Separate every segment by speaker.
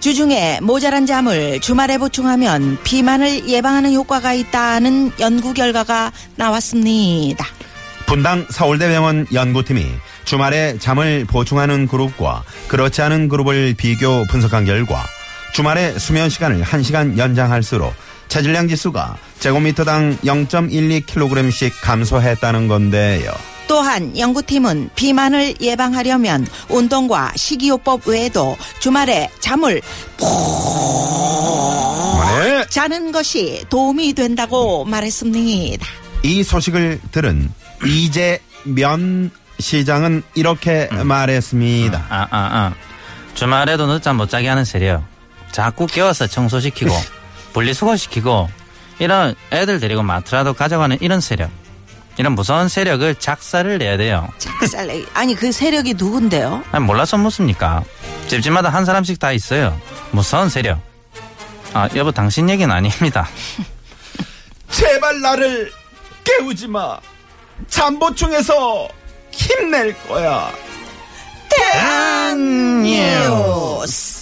Speaker 1: 주중에 모자란 잠을 주말에 보충하면 비만을 예방하는 효과가 있다는 연구 결과가 나왔습니다.
Speaker 2: 분당 서울대병원 연구팀이 주말에 잠을 보충하는 그룹과 그렇지 않은 그룹을 비교 분석한 결과 주말에 수면 시간을 1시간 연장할수록 체질량 지수가 제곱미터당 0.12kg씩 감소했다는 건데요.
Speaker 1: 또한 연구팀은 비만을 예방하려면 운동과 식이요법 외에도 주말에 잠을
Speaker 2: 네.
Speaker 1: 자는 것이 도움이 된다고 말했습니다.
Speaker 2: 이 소식을 들은 이재면 시장은 이렇게 말했습니다.
Speaker 3: 아, 아, 아. 주말에도 늦잠 못 자게 하는 세력. 자꾸 깨워서 청소시키고, 분리수거시키고, 이런 애들 데리고 마트라도 가져가는 이런 세력. 이런 무서운 세력을 작사를 내야 돼요.
Speaker 1: 작살내. 아니 그 세력이 누군데요?
Speaker 3: 아니, 몰라서 묻습니까? 집집마다 한 사람씩 다 있어요. 무서운 세력. 아, 여보, 당신 얘기는 아닙니다.
Speaker 4: 제발 나를 깨우지 마. 잠보충해서 힘낼 거야.
Speaker 1: 뉴스.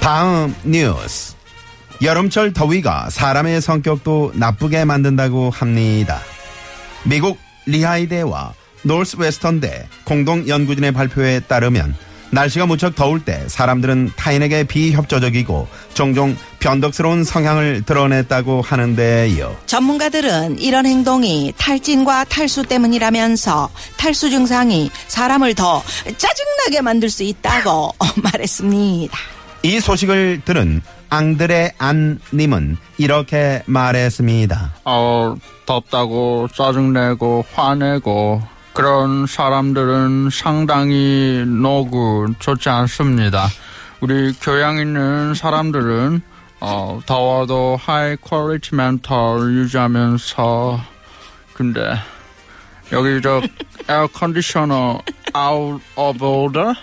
Speaker 2: 다음 뉴스. 여름철 더위가 사람의 성격도 나쁘게 만든다고 합니다. 미국 리하이대와 노스웨스턴대 공동 연구진의 발표에 따르면 날씨가 무척 더울 때 사람들은 타인에게 비협조적이고 종종 변덕스러운 성향을 드러냈다고 하는데요.
Speaker 1: 전문가들은 이런 행동이 탈진과 탈수 때문이라면서 탈수 증상이 사람을 더 짜증나게 만들 수 있다고 말했습니다.
Speaker 2: 이 소식을 들은 앙드레 안님은 이렇게 말했습니다.
Speaker 5: 어, 덥다고 짜증내고 화내고 그런 사람들은 상당히 노구 좋지 않습니다. 우리 교양 있는 사람들은 어, 더워도 하이 퀄리티 멘탈 유지하면서 근데 여기 저 에어컨디셔너 아웃 오브 오더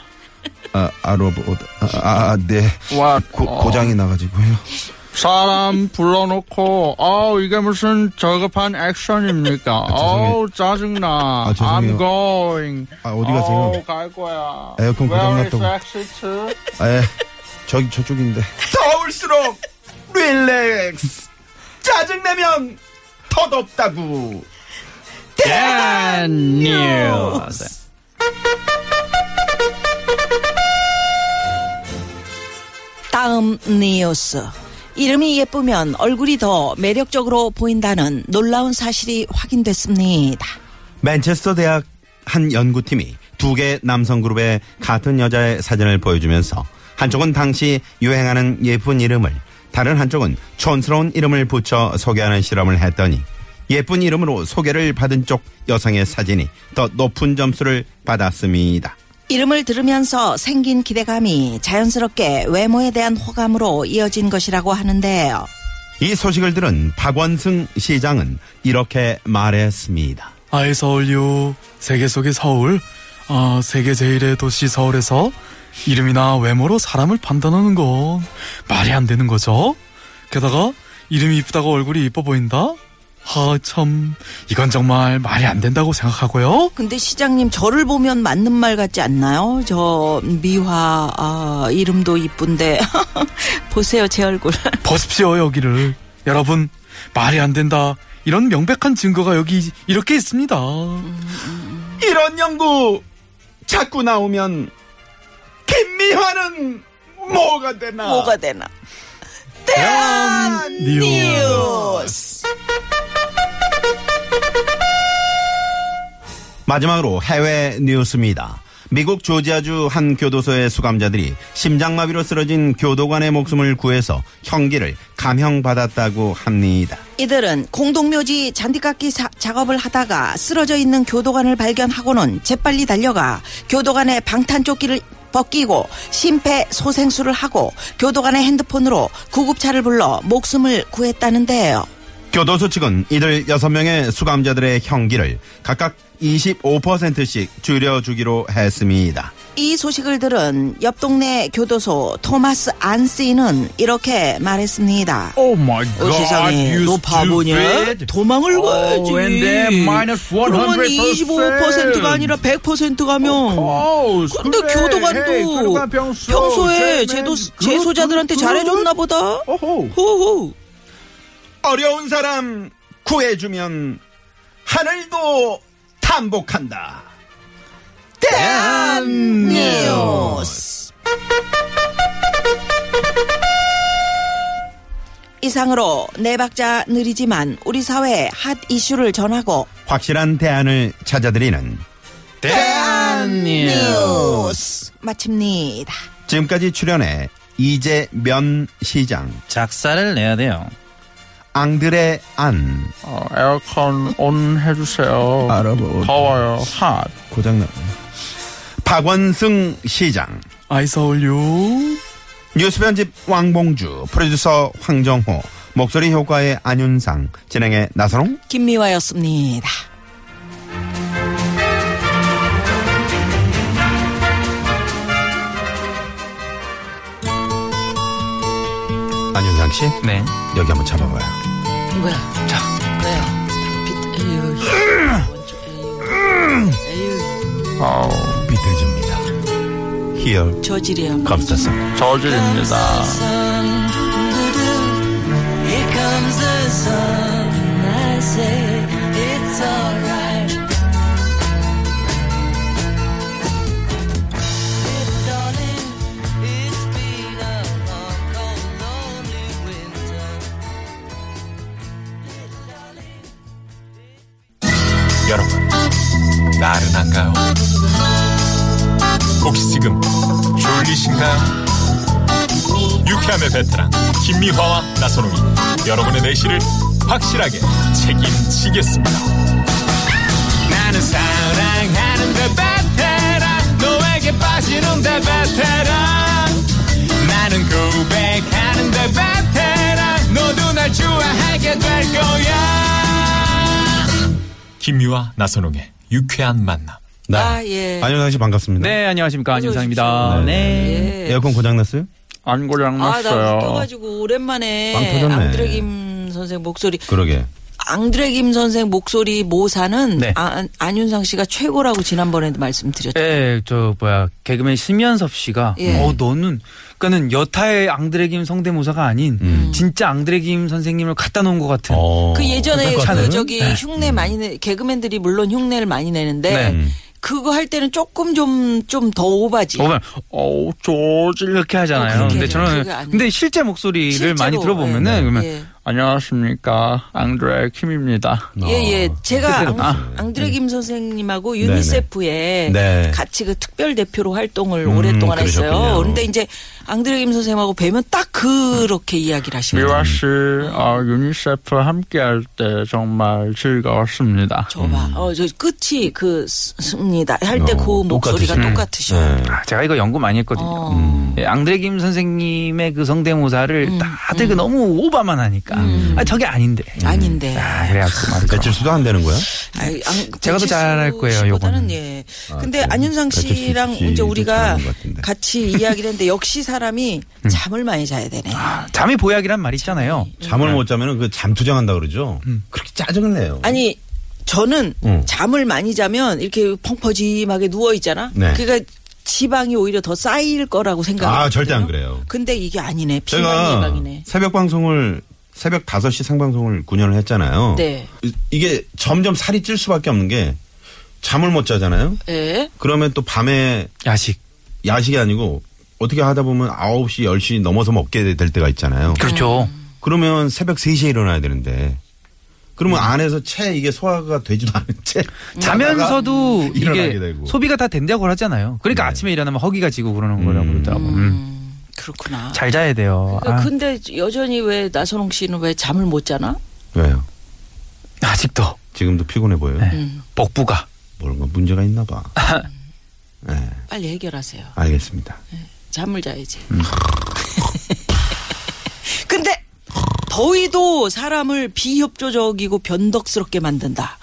Speaker 2: 아, 아, 로봇. 아, 아, 네.
Speaker 5: 와
Speaker 2: 고, 고장이 나가지고요.
Speaker 5: 사람 불러놓고 어 이게 무슨 저급한 액션입니까?
Speaker 2: 아, 죄송해요. 아,
Speaker 5: 어우 짜증나.
Speaker 2: 죄송해요.
Speaker 5: I'm going.
Speaker 2: 아, 어디 가세요?
Speaker 5: 어우, 갈 거야.
Speaker 2: 에어컨
Speaker 5: Where is
Speaker 2: 고장났다고.
Speaker 5: exit?
Speaker 2: 에, 아, 예. 저기 저쪽인데.
Speaker 4: 더울수록 릴렉스. 짜증내면 더 덥다고.
Speaker 5: And news.
Speaker 1: 다음 뉴스. 이름이 예쁘면 얼굴이 더 매력적으로 보인다는 놀라운 사실이 확인됐습니다.
Speaker 2: 맨체스터 대학 한 연구팀이 두 개 남성 그룹의 같은 여자의 사진을 보여주면서 한쪽은 당시 유행하는 예쁜 이름을 다른 한쪽은 촌스러운 이름을 붙여 소개하는 실험을 했더니 예쁜 이름으로 소개를 받은 쪽 여성의 사진이 더 높은 점수를 받았습니다.
Speaker 1: 이름을 들으면서 생긴 기대감이 자연스럽게 외모에 대한 호감으로 이어진 것이라고 하는데요.
Speaker 2: 이 소식을 들은 박원승 시장은 이렇게 말했습니다.
Speaker 6: 아이 서울요 세계 속의 서울 아 세계 제일의 도시 서울에서 이름이나 외모로 사람을 판단하는 건 말이 안 되는 거죠 게다가 이름이 이쁘다고 얼굴이 이뻐 보인다 아 참 이건 정말 말이 안 된다고 생각하고요
Speaker 1: 근데 시장님 저를 보면 맞는 말 같지 않나요? 저 미화 아, 이름도 이쁜데 보세요 제 얼굴.
Speaker 6: 보십시오 여기를 여러분 말이 안 된다 이런 명백한 증거가 여기 이렇게 있습니다
Speaker 4: 이런 연구 자꾸 나오면 김미화는 뭐가
Speaker 2: 아.
Speaker 4: 되나?
Speaker 1: 뭐가 되나? 대한 뉴스.
Speaker 2: 마지막으로 해외 뉴스입니다. 미국 조지아주 한 교도소의 수감자들이 심장마비로 쓰러진 교도관의 목숨을 구해서 형기를 감형받았다고 합니다.
Speaker 1: 이들은 공동묘지 잔디깎기 사- 작업을 하다가 쓰러져 있는 교도관을 발견하고는 재빨리 달려가 교도관의 방탄조끼를 벗기고 심폐소생술을 하고 교도관의 핸드폰으로 구급차를 불러 목숨을 구했다는데요.
Speaker 2: 교도소 측은 이들 6명의 수감자들의 형기를 각각 25%씩 줄여주기로 했습니다.
Speaker 1: 이 소식을 들은 옆 동네 교도소 토마스 안씨는 이렇게 말했습니다.
Speaker 3: Oh my
Speaker 1: 어, 세상에
Speaker 3: you
Speaker 1: 너 바보냐?
Speaker 3: stupid.
Speaker 1: 도망을 가야지.
Speaker 3: Oh, and then minus
Speaker 1: 그러면 25%가 아니라 100%가면.
Speaker 3: course.
Speaker 1: 어. 근데
Speaker 3: 그래, 헤이,
Speaker 1: 교도관도
Speaker 3: 교도관 평소
Speaker 1: 평소에
Speaker 3: 쟤는
Speaker 1: 제도
Speaker 3: 그렇군,
Speaker 1: 제소자들한테
Speaker 3: 그렇군.
Speaker 1: 잘해줬나 보다.
Speaker 3: 어허.
Speaker 1: 호호.
Speaker 4: 어려운 사람 구해주면 하늘도 탐복한다.
Speaker 1: 뉴스. 이상으로 네 박자 느리지만 우리 사회의 핫 이슈를 전하고
Speaker 2: 확실한 대안을 찾아드리는
Speaker 1: 뉴스 마칩니다.
Speaker 2: 지금까지 출연해 이재면 시장,
Speaker 7: 작사를 내야 돼요.
Speaker 2: 앙드레 안,
Speaker 3: 어, 에어컨 온 해주세요.
Speaker 2: 알아보-
Speaker 3: 더워요. 핫.
Speaker 2: 고장나. 박원승 시장,
Speaker 6: 아이서울유
Speaker 2: 뉴스 편집 왕봉주, 프로듀서 황정호, 목소리 효과의 안윤상, 진행의 나선홍,
Speaker 1: 김미화였습니다.
Speaker 2: 안윤상 씨,
Speaker 7: 네.
Speaker 2: 여기 한번 잡아봐요.
Speaker 1: 뭐야? 자, 뭐야? 빛, 에휴, 원초, 에휴, 에휴,
Speaker 3: 어,
Speaker 2: 비틀즈입니다. Here
Speaker 1: 저질이야.
Speaker 2: comes the sun.
Speaker 3: 저질입니다.
Speaker 8: 여러분, 나른한가요? 혹시 지금 졸리신가요? 유쾌함의 베테랑 김미화와 나선홍이 여러분의 내실을 확실하게 책임지겠습니다. 나는 사랑하는데 그 베테랑 너에게 빠지는데 베테랑 나는 고백하는데 그 베테랑 너도 날 좋아하게 될 거야. 김유아 나선홍의 유쾌한 만남.
Speaker 2: 네.
Speaker 1: 아, 예.
Speaker 2: 안윤상 씨 반갑습니다.
Speaker 3: 네, 안녕하십니까. 안윤상입니다.
Speaker 2: 오십시오.
Speaker 3: 네.
Speaker 2: 에어컨 고장 났어요?
Speaker 3: 안
Speaker 1: 아, 나
Speaker 3: 고장났어요.
Speaker 1: 웃겨가지고 오랜만에
Speaker 2: 빵 터졌네.
Speaker 1: 앙드레김 선생 목소리,
Speaker 2: 그러게.
Speaker 1: 앙드레김 선생 목소리 모사는
Speaker 7: 네.
Speaker 1: 아, 안- 안윤상 씨가 최고라고 지난번에도 말씀드렸죠.
Speaker 3: 예, 저 뭐야 개그맨 심연섭 씨가
Speaker 1: 예.
Speaker 3: 어 너는 그러니까는 여타의 앙드레김 성대모사가 아닌 진짜 앙드레김 선생님을 갖다 놓은 것 같은
Speaker 2: 어.
Speaker 1: 그 예전에
Speaker 3: 똑같은? 음.
Speaker 1: 그 저기 흉내 많이 내 개그맨들이 물론 흉내를 많이 내는데
Speaker 3: 네.
Speaker 1: 그거 할 때는 조금 좀 좀 더 오바지.
Speaker 3: 오면 어 조질 이렇게 하잖아요.
Speaker 1: 어, 그렇게
Speaker 3: 근데 저는
Speaker 1: 그게 아니에요.
Speaker 3: 근데 실제 목소리를
Speaker 1: 실제로,
Speaker 3: 많이 들어보면은
Speaker 1: 예, 예.
Speaker 3: 그러면
Speaker 1: 예.
Speaker 3: 안녕하십니까 앙드레 킴입니다.
Speaker 1: 예예 제가 앙,
Speaker 3: 그때는, 아. 네,
Speaker 1: 앙드레 김 선생님하고 유니세프에
Speaker 2: 네.
Speaker 1: 같이 그 특별 대표로 활동을
Speaker 3: 음,
Speaker 1: 오랫동안 했어요.
Speaker 2: 그러셨군요.
Speaker 1: 그런데 이제 앙드레 김 선생님하고 뵈면 딱 그렇게 이야기를 하시는 거예요.
Speaker 3: 미화 씨, 어, 유니세프 함께할 때 정말 즐거웠습니다.
Speaker 1: 저봐, 어저 끝이 그 스- 습니다 할 때 그
Speaker 2: 음. 어,
Speaker 1: 목소리가
Speaker 2: 똑같으시-
Speaker 1: 똑같으셔. 요
Speaker 2: 네. 음.
Speaker 7: 아, 제가 이거 연구 많이 했거든요.
Speaker 1: 어.
Speaker 7: 예, 앙드레 김 선생님의 그 성대모사를
Speaker 1: 음.
Speaker 7: 다들 그 너무 오바만 하니까 아 저게 아닌데.
Speaker 1: 아닌데.
Speaker 7: 아 그래갖고 말이죠.
Speaker 2: 며칠 수도 안 되는 거야?
Speaker 1: 아이, 안-
Speaker 7: 제가 더
Speaker 1: 배칠수
Speaker 7: 잘할 거예요,
Speaker 1: 씨보다는,
Speaker 7: 요거는.
Speaker 1: 예. 근데
Speaker 2: 그래요?
Speaker 1: 안윤상
Speaker 2: 아, 네. 배칠수
Speaker 1: 씨랑
Speaker 2: 씨도
Speaker 1: 이제 우리가
Speaker 2: 잘하는 것 네. 음. 같은데.
Speaker 1: 같이 이야기를 했는데 역시 사람이 잠을 많이 자야 되네.
Speaker 2: 아.
Speaker 7: 잠이 보약이란 말이 있잖아요.
Speaker 2: 잠을 못 자면 그 잠투정한다 그러죠. 그렇게 짜증을 내요.
Speaker 1: 아니 저는
Speaker 2: 음.
Speaker 1: 잠을 많이 자면 이렇게 펑퍼짐하게 누워 있잖아.
Speaker 2: 네.
Speaker 1: 그러니까 지방이 오히려 더 쌓일 거라고 생각해요.
Speaker 2: 아, 절대 안 그래요.
Speaker 1: 근데 이게 아니네. 비만
Speaker 2: 제가
Speaker 1: 예방이네.
Speaker 2: 새벽 방송을 새벽 5시 생방송을 9년을 했잖아요.
Speaker 1: 네.
Speaker 2: 이- 이게 점점 살이 찔 수밖에 없는 게 잠을 못 자잖아요.
Speaker 1: 예.
Speaker 2: 그러면 또 밤에
Speaker 3: 야식.
Speaker 2: 야식이 아니고 어떻게 하다 보면 9시, 10시 넘어서 먹게 될 때가 있잖아요.
Speaker 7: 그렇죠.
Speaker 1: 음.
Speaker 2: 그러면 새벽 3시에 일어나야 되는데 그러면
Speaker 1: 네.
Speaker 2: 안에서 채 이게 소화가 되지도 않은 채
Speaker 3: 음.
Speaker 7: 자면서도
Speaker 2: 일어나게
Speaker 7: 이게
Speaker 2: 되고. 네.
Speaker 7: 소비가 다 된다고 하잖아요. 그러니까 아침에 일어나면 허기가 지고 그러는 거라고 그러더라고. 음.
Speaker 1: 그렇구나.
Speaker 7: 잘 자야 돼요.
Speaker 3: 아.
Speaker 1: 그러니까 근데 여전히 왜 나선홍 씨는 왜 잠을 못 자나?
Speaker 2: 왜요?
Speaker 7: 아, 아직도
Speaker 2: 지금도 피곤해 보여요.
Speaker 7: 복부가
Speaker 2: 뭔가 문제가 있나 봐.
Speaker 3: 네,
Speaker 2: 예,
Speaker 9: 빨리 해결하세요.
Speaker 2: 알겠습니다.
Speaker 9: 잠을 자야지.
Speaker 3: 음.
Speaker 1: 근데 더위도 사람을 비협조적이고 변덕스럽게 만든다.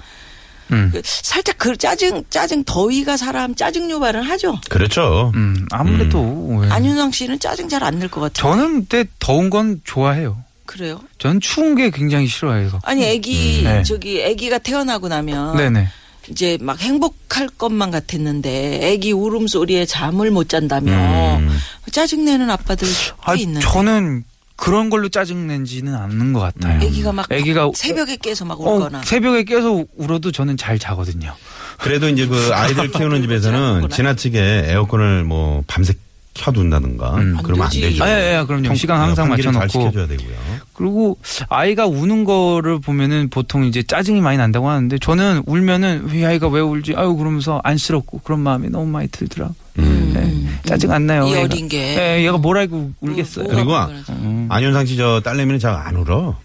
Speaker 3: 음.
Speaker 1: 그 살짝 그 짜증 짜증 더위가 사람 짜증 유발을 하죠.
Speaker 2: 그렇죠.
Speaker 3: 음, 아무래도 예.
Speaker 1: 안윤상 씨는 짜증 잘 안 낼 것 같아요.
Speaker 3: 저는 때 더운 건 좋아해요.
Speaker 1: 그래요?
Speaker 3: 저는 추운 게 굉장히 싫어해요.
Speaker 1: 아니 아기
Speaker 3: 네.
Speaker 1: 저기 아기가 태어나고 나면
Speaker 3: 네네.
Speaker 1: 이제 막 행복할 것만 같았는데 아기 울음소리에 잠을 못 잔다며
Speaker 3: 음.
Speaker 1: 짜증내는 아빠들
Speaker 3: 아,
Speaker 1: 꽤 있는데
Speaker 3: 저는 그런 걸로 짜증낸지는 않는 것 같아요.
Speaker 1: 아기가 막
Speaker 3: 음. 아기가
Speaker 1: 새벽에 깨서 막 울거나
Speaker 3: 어, 새벽에 깨서 울어도 저는 잘 자거든요.
Speaker 2: 그래도 이제 그 아이들 키우는 집에서는
Speaker 1: 그렇구나.
Speaker 2: 지나치게 에어컨을 뭐 밤새 켜둔다든가 그러면 안
Speaker 1: 되지.
Speaker 2: 되죠.
Speaker 3: 아, 예, 예, 그럼요.
Speaker 2: 형-
Speaker 3: 시간 항상
Speaker 2: 환기를 잘
Speaker 3: 맞춰놓고.
Speaker 2: 시켜줘야 되고요.
Speaker 3: 그리고 아이가 우는 거를 보면은 보통 이제 짜증이 많이 난다고 하는데 저는 울면은 이 아이가 왜 울지? 아유 그러면서 안쓰럽고 그런 마음이 너무 많이 들더라. 네. 짜증 안 나요.
Speaker 1: 음, 이
Speaker 3: 얘가.
Speaker 1: 어린 게.
Speaker 3: 예, 얘가 뭘 알고 울겠어요.
Speaker 1: 뭐-
Speaker 2: 그리고
Speaker 1: 그래서. 음.
Speaker 2: 안윤상 씨 저 딸내미는 잘 안 울어.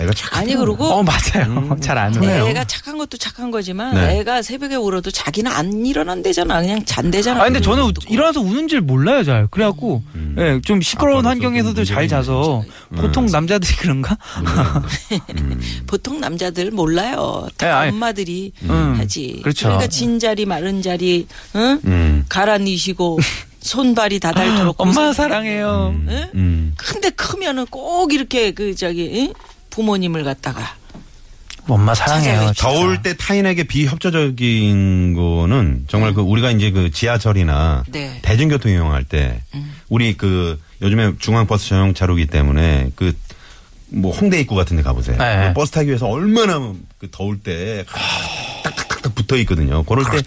Speaker 2: 애가 착.
Speaker 1: 아니 그러고
Speaker 3: 어 맞아요. 잘 안 울어요.
Speaker 1: 애가 착한 것도 착한 거지만
Speaker 2: 네.
Speaker 1: 애가 새벽에 울어도 자기는 안 일어난대잖아 그냥 잔대잖아
Speaker 3: 아 근데 저는 우- 일어나서 우는 줄 몰라요 잘. 그래갖고 예, 좀 음. 시끄러운
Speaker 2: 아빠로서 좀
Speaker 3: 환경에서도 잘 자서 보통 남자들이 그런가?
Speaker 1: 보통 남자들 몰라요 다
Speaker 3: 예, 아니.
Speaker 1: 엄마들이
Speaker 3: 음.
Speaker 1: 하지
Speaker 3: 그렇죠.
Speaker 1: 러니까진 자리 마른 자리 응?
Speaker 2: 음.
Speaker 1: 가라니시고 손발이 다 닳도록
Speaker 3: 엄마 사랑해요.
Speaker 1: 응?
Speaker 2: 음.
Speaker 1: 근데 크면은 꼭 이렇게 그 저기 응? 부모님을 갖다가
Speaker 3: 엄마 사랑해요.
Speaker 2: 더울 때 타인에게 비협조적인 거는 정말 그 우리가 이제 그 지하철이나
Speaker 1: 네.
Speaker 2: 대중교통 이용할 때 우리 그 요즘에 중앙버스 전용차로기 때문에 그 뭐 홍대 입구 같은 데 가보세요. 그
Speaker 3: 네.
Speaker 2: 버스 타기 위해서 얼마나 그 더울 때 딱딱딱딱 붙어 있거든요. 그럴 때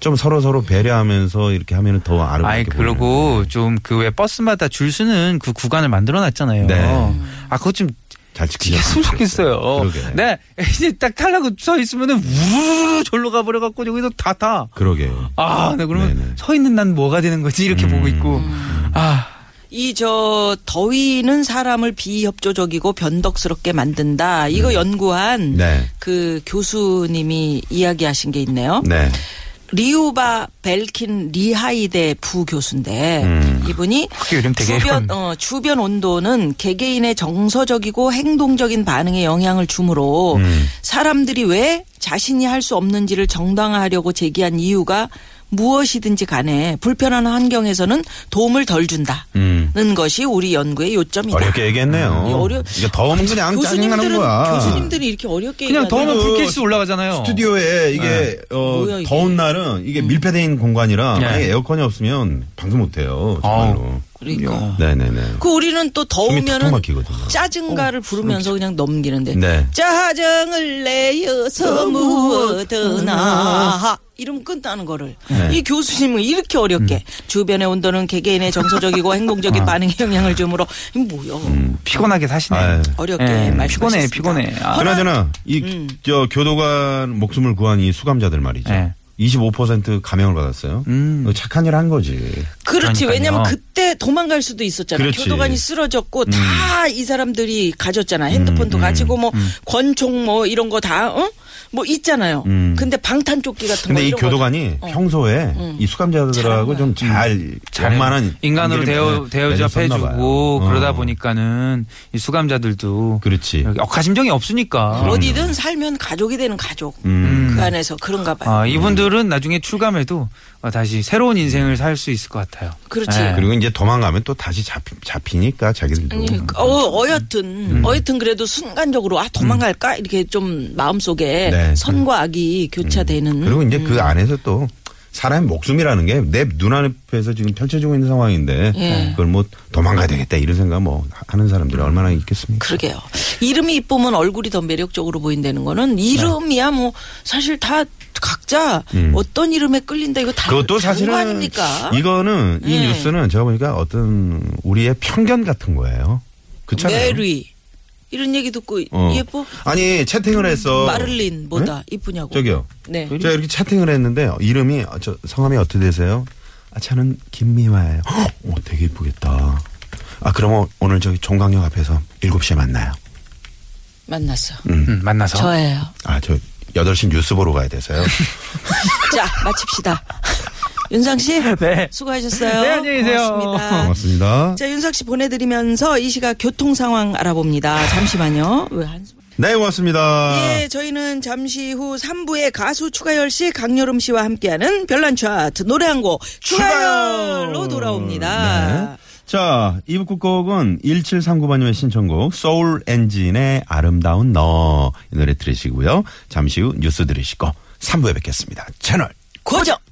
Speaker 2: 좀 서로 서로 배려하면서 이렇게 하면 은더 아름답게
Speaker 3: 아이
Speaker 2: 보이는데.
Speaker 3: 그러고 좀 그 왜 버스마다 줄 쓰는 그 구간을 만들어 놨잖아요.
Speaker 2: 네.
Speaker 3: 아 그거 좀
Speaker 2: 잘
Speaker 3: 지켰으면
Speaker 2: 지키셨으면
Speaker 3: 좋겠어요.
Speaker 2: 그러게.
Speaker 3: 네 이제 딱 타려고 서 있으면은 우르르 졸로 가버려 갖고 여기서 다 타.
Speaker 2: 그러게.
Speaker 3: 아, 네 그러면
Speaker 2: 네네. 음.
Speaker 3: 서 있는 난 뭐가 되는 거지 이렇게 보고 있고 아
Speaker 1: 이 저 더위는 사람을 비협조적이고 변덕스럽게 만든다. 이거 연구한
Speaker 2: 네.
Speaker 1: 그 교수님이 이야기하신 게 있네요.
Speaker 2: 네.
Speaker 1: 리우바 벨킨 리하이대 부교수인데 이분이
Speaker 3: 그게 요즘 음. 되게
Speaker 1: 주변,
Speaker 3: 이런-
Speaker 1: 어, 주변 온도는 개개인의 정서적이고 행동적인 반응에 영향을 주므로
Speaker 3: 음.
Speaker 1: 사람들이 왜 자신이 할 수 없는지를 정당화하려고 제기한 이유가 무엇이든지 간에 불편한 환경에서는 도움을 덜 준다는 것이 우리 연구의 요점이다.
Speaker 2: 음. 어렵게 얘기했네요.
Speaker 1: 이 어려-
Speaker 2: 이게 더우면 그냥 짜증나는
Speaker 1: 교수님들은
Speaker 2: 거야.
Speaker 1: 교수님들이 이렇게 어렵게
Speaker 3: 그냥 더우면
Speaker 1: 얘기하면
Speaker 2: 그
Speaker 3: 불쾌지수 올라가잖아요.
Speaker 2: 스튜디오에 이게 어,
Speaker 1: 뭐야, 이게. 음.
Speaker 2: 더운 날은 이게 밀폐돼 있는 공간이라
Speaker 3: 네.
Speaker 2: 만약에 에어컨이 없으면 방송 못 해요. 정말로.
Speaker 1: 그러니까.
Speaker 3: 아.
Speaker 2: 네네네.
Speaker 1: 그 우리는 또
Speaker 2: 숨이 턱턱
Speaker 1: 더우면은
Speaker 2: 막히거든요.
Speaker 1: 짜증가를 부르면서 그냥 넘기는데
Speaker 2: 네.
Speaker 1: 짜증을 내어서 무엇드나 이름 끝나는 거를
Speaker 2: 네.
Speaker 1: 이 교수님은 이렇게 어렵게
Speaker 2: 음.
Speaker 1: 주변의 온도는 개개인의 정서적이고 행동적인 반응에 영향을 주므로 이 뭐야
Speaker 2: 음.
Speaker 3: 피곤하게 사시네.
Speaker 2: 아유.
Speaker 1: 어렵게
Speaker 3: 예, 피곤해
Speaker 1: 말씀하셨습니다.
Speaker 3: 피곤해. 아,
Speaker 2: 그나저나
Speaker 1: 음.
Speaker 2: 이 저 교도관 목숨을 구한 이 수감자들 말이죠.
Speaker 3: 네.
Speaker 2: 25% 감형을 받았어요.
Speaker 3: 음.
Speaker 2: 어, 착한 일 한 거지.
Speaker 1: 그렇지
Speaker 3: 그러니까요.
Speaker 1: 왜냐면 그때 도망갈 수도 있었잖아
Speaker 2: 그렇지. 음.
Speaker 1: 교도관이 쓰러졌고 다 이 사람들이 가졌잖아 핸드폰도 가지고 뭐
Speaker 2: 음.
Speaker 1: 권총 뭐 이런 거다어뭐 있잖아요 근데 방탄조끼 같은 거
Speaker 2: 음. 근데 이
Speaker 1: 이런 거 어. 음.
Speaker 2: 교도관이 평소에 이 수감자들하고 좀 잘 원만한
Speaker 3: 음. 네. 인간으로 대여,
Speaker 2: 관계를 맺-
Speaker 3: 대여접해주고
Speaker 2: 맺었었나 봐요.
Speaker 3: 그러다
Speaker 2: 어.
Speaker 3: 보니까는 음. 이 수감자들도
Speaker 2: 그렇지.
Speaker 3: 여기 억하심정이
Speaker 2: 아,
Speaker 3: 없으니까
Speaker 1: 어디든 살면 가족이 되는 가족
Speaker 2: 음.
Speaker 1: 그 안에서 그런가 봐요.
Speaker 3: 아, 이분들은 나중에 출감해도 어, 다시 새로운 인생을 살 수 있을 것 같아요.
Speaker 1: 그렇지.
Speaker 3: 예.
Speaker 2: 그리고 이제 도망가면 또 다시 잡히, 잡히니까 자기들도.
Speaker 1: 네. 아니, 어, 어여튼,
Speaker 2: 음.
Speaker 1: 어여튼 그래도 순간적으로, 아, 도망갈까? 이렇게 좀 마음속에
Speaker 2: 네.
Speaker 1: 선과 악이 교차되는.
Speaker 2: 그리고 이제
Speaker 1: 음.
Speaker 2: 그 안에서 또 사람의 목숨이라는 게 내 눈앞에서 지금 펼쳐지고 있는 상황인데
Speaker 1: 예.
Speaker 2: 그걸 뭐 도망가야 되겠다 이런 생각 뭐 하는 사람들이 얼마나 있겠습니까?
Speaker 1: 그러게요. 이름이 이쁘면 얼굴이 더 매력적으로 보인다는 거는 이름이야 뭐 사실 다 각자 어떤 이름에 끌린다 이거 다 다른
Speaker 2: 그것도
Speaker 1: 거
Speaker 2: 사실은
Speaker 1: 아, 아닙니까?
Speaker 2: 이거는 이
Speaker 1: 예.
Speaker 2: 뉴스는 제가 보니까 어떤 우리의 편견 같은 거예요. 그렇잖아요.
Speaker 1: 메리 네, 이런 얘기 듣고
Speaker 2: 어.
Speaker 1: 예뻐?
Speaker 2: 아니 채팅을 해서
Speaker 1: 뭐 마를린 뭐다 이쁘냐고.
Speaker 2: 저기요. 그-
Speaker 1: 네.
Speaker 2: 제가 이렇게 채팅을 했는데 이름이 어, 저 성함이 어떻게 되세요? 아 저는 김미화예요. 헉, 오 되게 이쁘겠다. 아 그러면 오늘 저기 종강역 앞에서 7시에 만나요.
Speaker 1: 만났어.
Speaker 3: 음, 만나서
Speaker 1: 저예요.
Speaker 2: 아, 저 8시 뉴스 보러 가야 돼서요.
Speaker 1: 자, 마칩시다. 윤상 씨,
Speaker 3: 네.
Speaker 1: 수고하셨어요.
Speaker 3: 네, 안녕히 계세요.
Speaker 1: 고맙습니다.
Speaker 2: 고맙습니다.
Speaker 1: 자, 윤상 씨 보내드리면서 이 시각 교통 상황 알아봅니다. 잠시만요. 왜 한숨?
Speaker 2: 네, 고맙습니다.
Speaker 1: 예, 저희는 잠시 후 3부에 가수 추가열 씨, 강여름 씨와 함께하는 별난 차트 노래 한 곡 추가열로 네. 돌아옵니다.
Speaker 2: 자, 2부 끝곡은 1739번님의 신청곡 소울 엔진의 아름다운 너 이 노래 들으시고요. 잠시 후 뉴스 들으시고 3부에 뵙겠습니다. 채널
Speaker 1: 고정.